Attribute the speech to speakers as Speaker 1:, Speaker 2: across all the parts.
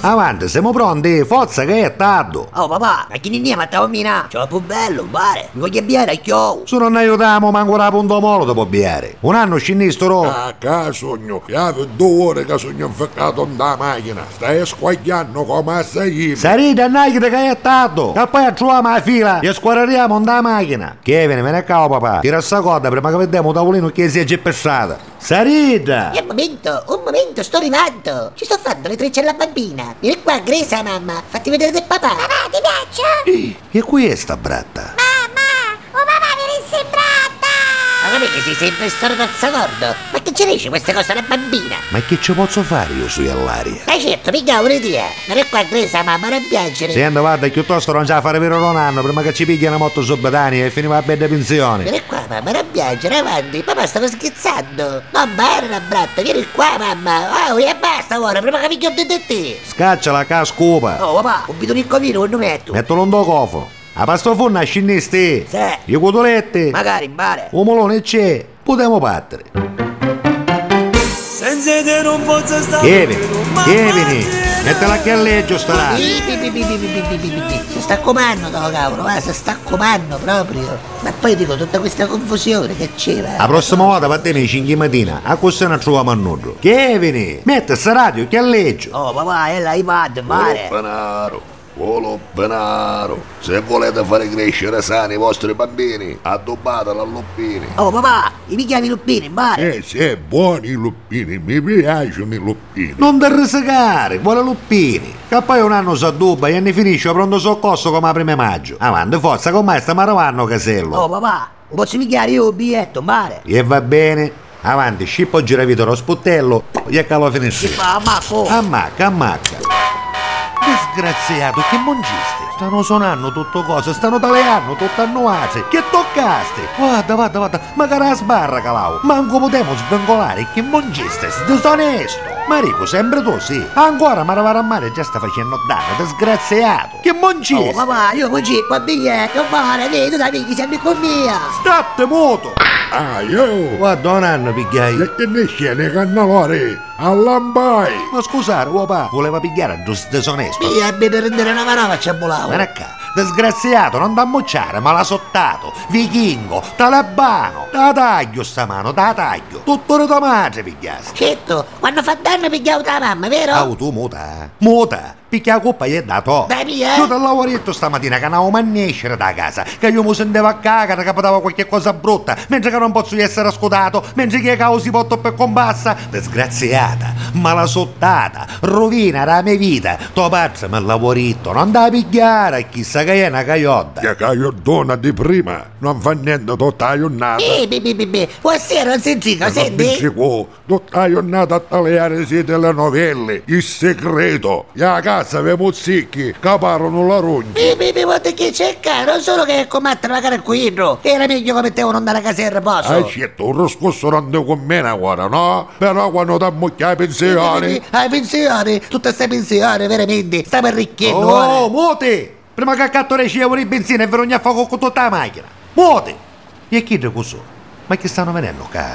Speaker 1: Avanti, siamo pronti, forza che è tardo.
Speaker 2: Oh papà, ma chi ne andiamo a tavolina? C'è la più bello, pare. Mi voglio bere a chio.
Speaker 1: Se non aiutiamo manco la punta molo può biare. Un anno scinistro.
Speaker 3: Ah.
Speaker 4: A che sogno, chiave due ore che sogno infeccato da macchina. Stai squagliando come sei.
Speaker 1: Sarite a Nike che è tardo. E poi troviamo la fila e squarreriamo da macchina. Kevin, me ne cavo papà. Tira sta corda prima che vediamo un tavolino che si è geppersata. Sarita!
Speaker 2: E un momento, un momento, sto arrivando. Ci sto fando le trecce alla bambina. Vieni qua, Gresa, mamma. Fatti vedere del papà.
Speaker 5: Papà, ti piaccio?
Speaker 1: E qui è sta bratta?
Speaker 5: Mamma! Oh papà, mi
Speaker 2: Ma
Speaker 5: risembrata!
Speaker 2: non è che sei sempre stato razzacordo? Ma che ci dici questa cosa alla bambina?
Speaker 1: Ma che ci posso fare io sui all'aria?
Speaker 2: Ma certo, mica un'idea. Vieni qua, Gresa, mamma, non piangere.
Speaker 1: Senta, guarda, piuttosto non ce la fare per un anno prima che ci pigliano motto subitani e finiamo a bella pensione.
Speaker 2: Vieni qua, mamma, non piangere, avanti. Papà stava scherzando. Mamma, era una bratta. Vieni qua, mamma. Oh, e basta ora, prima che mi chiodi di te.
Speaker 1: Scacciala a scupa.
Speaker 2: Oh, papà, un bidonico vino, un numetto.
Speaker 1: Mettilo in tuo cofano. A pastoforna a scinnisti.
Speaker 2: Sì.
Speaker 1: Gli cotolette.
Speaker 2: Magari in mare.
Speaker 1: Un molone c'è. Potremmo battere.
Speaker 6: Senza te non posso stare
Speaker 1: Vieni, vieni. Mettela che alleggio starà.
Speaker 2: Bi, bi, bi, bi, bi, bi, bi, bi, bi, bi. Si sta comando, no, cavolo, va, si sta comando proprio. Ma poi dico, tutta questa confusione che c'era.
Speaker 1: La prossima volta va bene alle 5 mattina. A questo non troviamo a nulla. Kevin, metti sta radio che alleggio.
Speaker 2: Oh, papà, è l'iPad, mare.
Speaker 4: Penaro, volo penaro. Se volete fare crescere sani i vostri bambini, addobbate all'oppini.
Speaker 2: Oh, papà, mi chiami Lupini, mare.
Speaker 4: Eh, se buoni i luppini, mi piacciono i luppini.
Speaker 1: Non da risicare, vuole luppini. Che poi un anno si addubba e ne finisce a pronto soccorso come a prima maggio. Avanti, forza, con me stiamo arrivando, casello.
Speaker 2: Oh, papà, posso picchiare io un biglietto, mare?
Speaker 1: E va bene. Avanti, scippo giravito lo sputtello e calo
Speaker 2: Che
Speaker 1: finisce.
Speaker 2: fa,
Speaker 1: Oh.
Speaker 2: Marco?
Speaker 1: Ah, Ammacca, ammacca. Disgraziato, che mongiste. Stanno suonando tutto cose, stanno taleando tutto annuase. Che toccaste? Guarda, guarda, guarda, magari la sbarra calao. Manco potevo svengolare, che mongiste, disonesto. Marico, sempre tu, sì. Ancora Maravara Mare già sta facendo danno, disgraziato. Che
Speaker 2: Oh,
Speaker 1: mongiste.
Speaker 2: papà, io così, qua biglietto, mare, vedi, dai, picchi sempre con mia.
Speaker 1: State muto.
Speaker 4: Ah, io!
Speaker 1: Guarda un anno, pigliai.
Speaker 4: E che ne scende cannalori? All'ambai!
Speaker 1: Ma scusate, uo papà, voleva pigliare a dus- disonesto.
Speaker 2: Mia, mi per rendere una manovra c'è volavo.
Speaker 1: Vieni qua, disgraziato, non da mocciare, ma l'ha sottato, vichingo, talebano, da taglio sta mano, da taglio, tutto di tua madre pigliasti.
Speaker 2: Certo, quando fa danno picchiavo la mamma, vero?
Speaker 1: Au tu muta, muta, picchia la coppa gli è dato.
Speaker 2: Dai, piglia.
Speaker 1: Io dal lavoretto stamattina che andavo a nescere da casa, che io mi sentivo a cagare, che poteva qualche cosa brutta, mentre che non posso essere ascoltato, mentre che cavo si porto per combassa. Disgraziata, malasottata, rovina la mia vita, tuo pazzo mi ha lavoretto, non da pigliare, chissà che è una caiotta.
Speaker 4: Che caio donna di prima, non fa niente tutta la giornata.
Speaker 2: Eh, bi, bi, bi, bi. Buonasera, non si zica,
Speaker 4: Ma mi
Speaker 2: senti?
Speaker 4: si può, tutta la giornata a tagliare si telenovelle, il segreto, e a casa ve mozzicchi, caparono la rugna.
Speaker 2: Bi, bi, bi, guarda che c'è caro, non solo che combattere la cara qui, no. Era meglio che mettevo andare a casa in riposo.
Speaker 4: Ah, certo, un roscosso non te con me ora, no? Però quando ti ammucchia i pensioni...
Speaker 2: Hai pensione, tutte queste pensioni, veramente, stiamo arricchendo
Speaker 1: Oh,
Speaker 2: ora.
Speaker 1: muti! Prima che accattore ci vuole il benzina e verogna a fuoco con tutta la macchina. Muti! E chi è così? Ma che stanno venendo qua?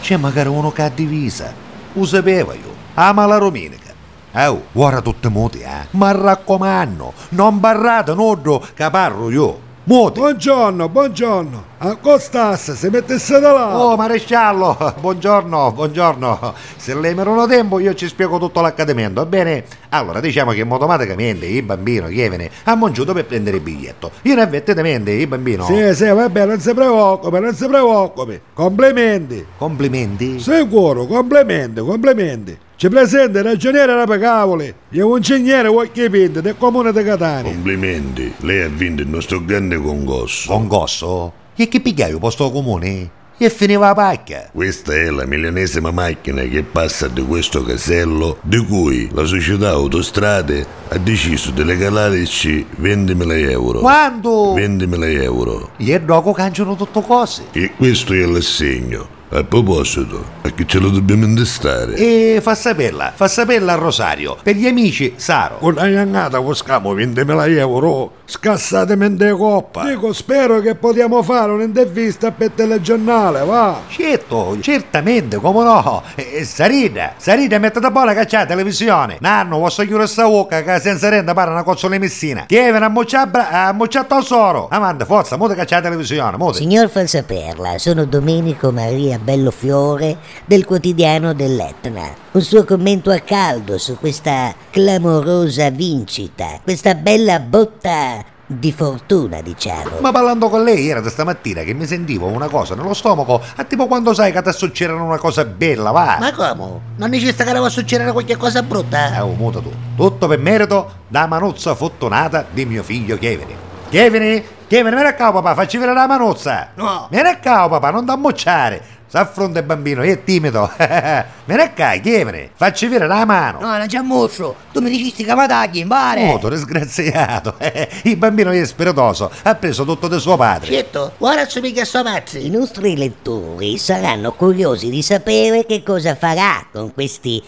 Speaker 1: C'è magari uno che ha divisa. Lo sapevo io. Ama la rominica. Oh, ora tutti muti, eh? Ma raccomando, non barrate nudo che parlo io. Muti!
Speaker 3: Buongiorno, buongiorno. Ah, Accostasse, si mettesse da là.
Speaker 1: Oh, maresciallo, buongiorno, buongiorno. Se lei mi non ha tempo io ci spiego tutto l'accadimento, va bene? Allora, diciamo che automaticamente il bambino Chievene ha mangiato per prendere il biglietto. Inavvertitamente il bambino...
Speaker 3: Sì, sì, vabbè, non si preoccupi, non si preoccupi. Complimenti.
Speaker 1: Complimenti.
Speaker 3: Sicuro, complimenti, complimenti. Ci presenta il ragioniere Rapacavoli e un ingegnere Wacchi Pinto del comune di Catania.
Speaker 4: Complimenti, lei ha vinto il nostro grande concorso.
Speaker 1: Con gosso? E che pigliaio posto comune? E finiva la pacca.
Speaker 4: Questa è la milionesima macchina che passa di questo casello di cui la società autostrade ha deciso di regalarci 20.000 euro.
Speaker 1: Quando?
Speaker 4: 20.000 euro.
Speaker 1: Gli e dopo cangiano tutto cose.
Speaker 4: E questo è l'assegno. A proposito, a che ce lo dobbiamo indestare?
Speaker 1: E fa saperla, fa saperla a Rosario, per gli amici Saro.
Speaker 3: Con la iannata coscamo 20.000 euro, scassatemi in de coppa. Dico, spero che possiamo fare un'intervista per telegiornale, va.
Speaker 1: Certo, certamente, come no. E, e Sarina, Sarina, mettete buona che c'è la televisione. Nanno, posso chiudere sta bocca che senza renda parla una cozzola di messina. Tieni a mocciare a mocciare tesoro. Amanda, forza, muta che c'è la televisione, muta.
Speaker 6: Signor Falsaperla, sono Domenico Maria Bellofiore del quotidiano dell'Etna. Un suo commento a caldo su questa clamorosa vincita, questa bella botta di fortuna, diciamo.
Speaker 1: Ma parlando con lei era da stamattina che mi sentivo una cosa nello stomaco, a tipo quando sai che ti succede una cosa bella, va.
Speaker 2: Ma come? Non dici sta che devo succedere qualche cosa brutta? eh?
Speaker 1: Oh, muta tu. Tutto per merito da manuzza fortunata di mio figlio Kevin. Kevin, Kevin, vieni a capo papà, facci vedere la manuzza.
Speaker 2: No.
Speaker 1: Vieni a capo papà, non da mocciare. S'affronta il bambino, è timido. vieni a capo, Kevin, facci vedere la mano.
Speaker 2: No, eh. non c'è mosso. Tu mi dici sti cavatagli, impare.
Speaker 1: Moto, disgraziato. il bambino è spiritoso, ha preso tutto di suo padre.
Speaker 2: Certo, ora assomiglia a sto
Speaker 6: I
Speaker 2: mazzi.
Speaker 6: nostri lettori saranno curiosi di sapere che cosa farà con questi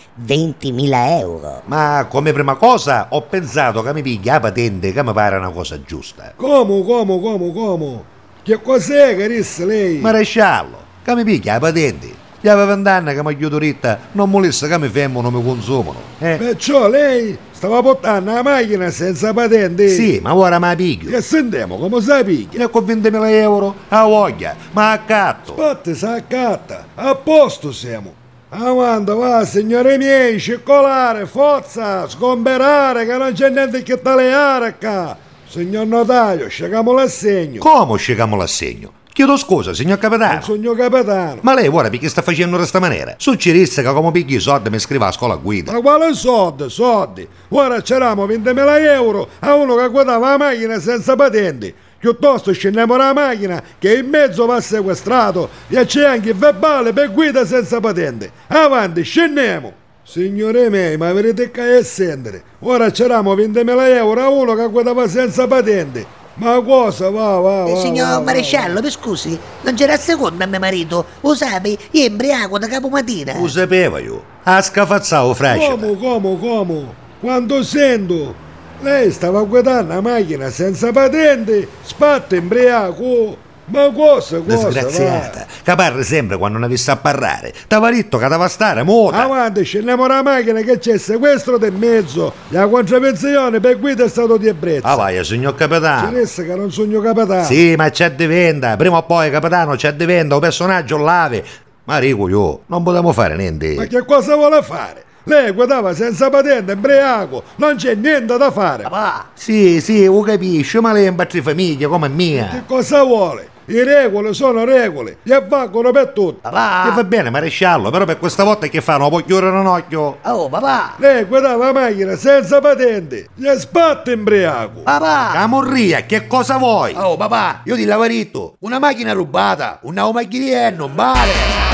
Speaker 6: 20.000 euro.
Speaker 1: Ma come prima cosa ho pensato che mi piglia la patente che mi pare una cosa giusta.
Speaker 3: Come, come, come, come? Che cos'è che disse lei?
Speaker 1: Maresciallo, che mi piglia la patente. Gli aveva vent'anni che mi chiudo ritta, non molessa che mi fermano, mi consumano. Eh?
Speaker 3: Perciò lei stava portando la macchina senza patente?
Speaker 1: Eh, Sì, ma ora me la piglio.
Speaker 3: Che sentiamo, come sai picchia?
Speaker 1: E con 20.000 euro a voglia, ma a catto.
Speaker 3: Fatti saccatta, a posto siamo. Amanda, va, signore miei, circolare, forza, sgomberare, che non c'è niente che taleare qua. Signor notaio, scegliamo l'assegno.
Speaker 1: Come scegliamo l'assegno? Chiedo scusa, signor
Speaker 3: Il
Speaker 1: capitano.
Speaker 3: signor capitano.
Speaker 1: Ma lei ora perché sta facendo in questa maniera? Suggerisse che come pigli i soldi mi scriva a scuola guida.
Speaker 3: Ma quale soldi, soldi? Ora c'eravamo 20.000 euro a uno che guardava la macchina senza patenti. Piuttosto scendiamo la macchina che in mezzo va sequestrato e c'è anche il verbale per guida senza patente. Avanti, scendiamo! Signore miei, ma vedete che è scendere. Ora c'eravamo 20.000 euro a uno che guardava senza patente. Ma cosa va, va, va?
Speaker 2: Eh,
Speaker 3: va, va,
Speaker 2: signor
Speaker 3: va.
Speaker 2: maresciallo, mi scusi, non c'era secondo a mio marito. Lo sai, io embriaco da capomattina.
Speaker 1: Lo sapevo io. A scafazzavo fracita.
Speaker 3: Come, come, come? Quando sento, lei stava guidando una macchina senza patente, spatta imbriaco. Ma cosa, cosa?
Speaker 1: Disgraziata. Caparre sempre quando ne avesse a parlare. Tavaritto che dava stare, muta.
Speaker 3: Avanti, scendiamo la macchina che c'è il sequestro del mezzo. La contravenzione per guida è stato di ebbrezza.
Speaker 1: Ah vai, signor capitano.
Speaker 3: Ceressa che non sogno capatano.
Speaker 1: Sì, ma c'è di venda. Prima o poi, capitano, c'è di venda. Un personaggio lave. Ma rico io, non potremmo fare
Speaker 3: Ma
Speaker 1: niente.
Speaker 3: che cosa vuole fare? Lei guidava senza patente, imbriaco, non c'è niente da fare.
Speaker 1: Ah,
Speaker 2: Papà,
Speaker 1: Sì, sì, lo capisci, ma lei è un di famiglia come
Speaker 3: Che
Speaker 1: mia.
Speaker 3: cosa vuole? Le regole sono regole e valgono per tutti.
Speaker 1: Ah. Che va
Speaker 2: papà,
Speaker 1: bene, maresciallo, però per questa volta che fanno? Può chiudere un occhio?
Speaker 2: oh papà,
Speaker 3: Lei guidava Eh, la macchina senza patente, gli è spatta imbriaco.
Speaker 2: papà,
Speaker 1: Camorria, che cosa vuoi?
Speaker 2: Ah. oh papà,
Speaker 1: Io ti lavaritto, una macchina rubata, una macchina non vale.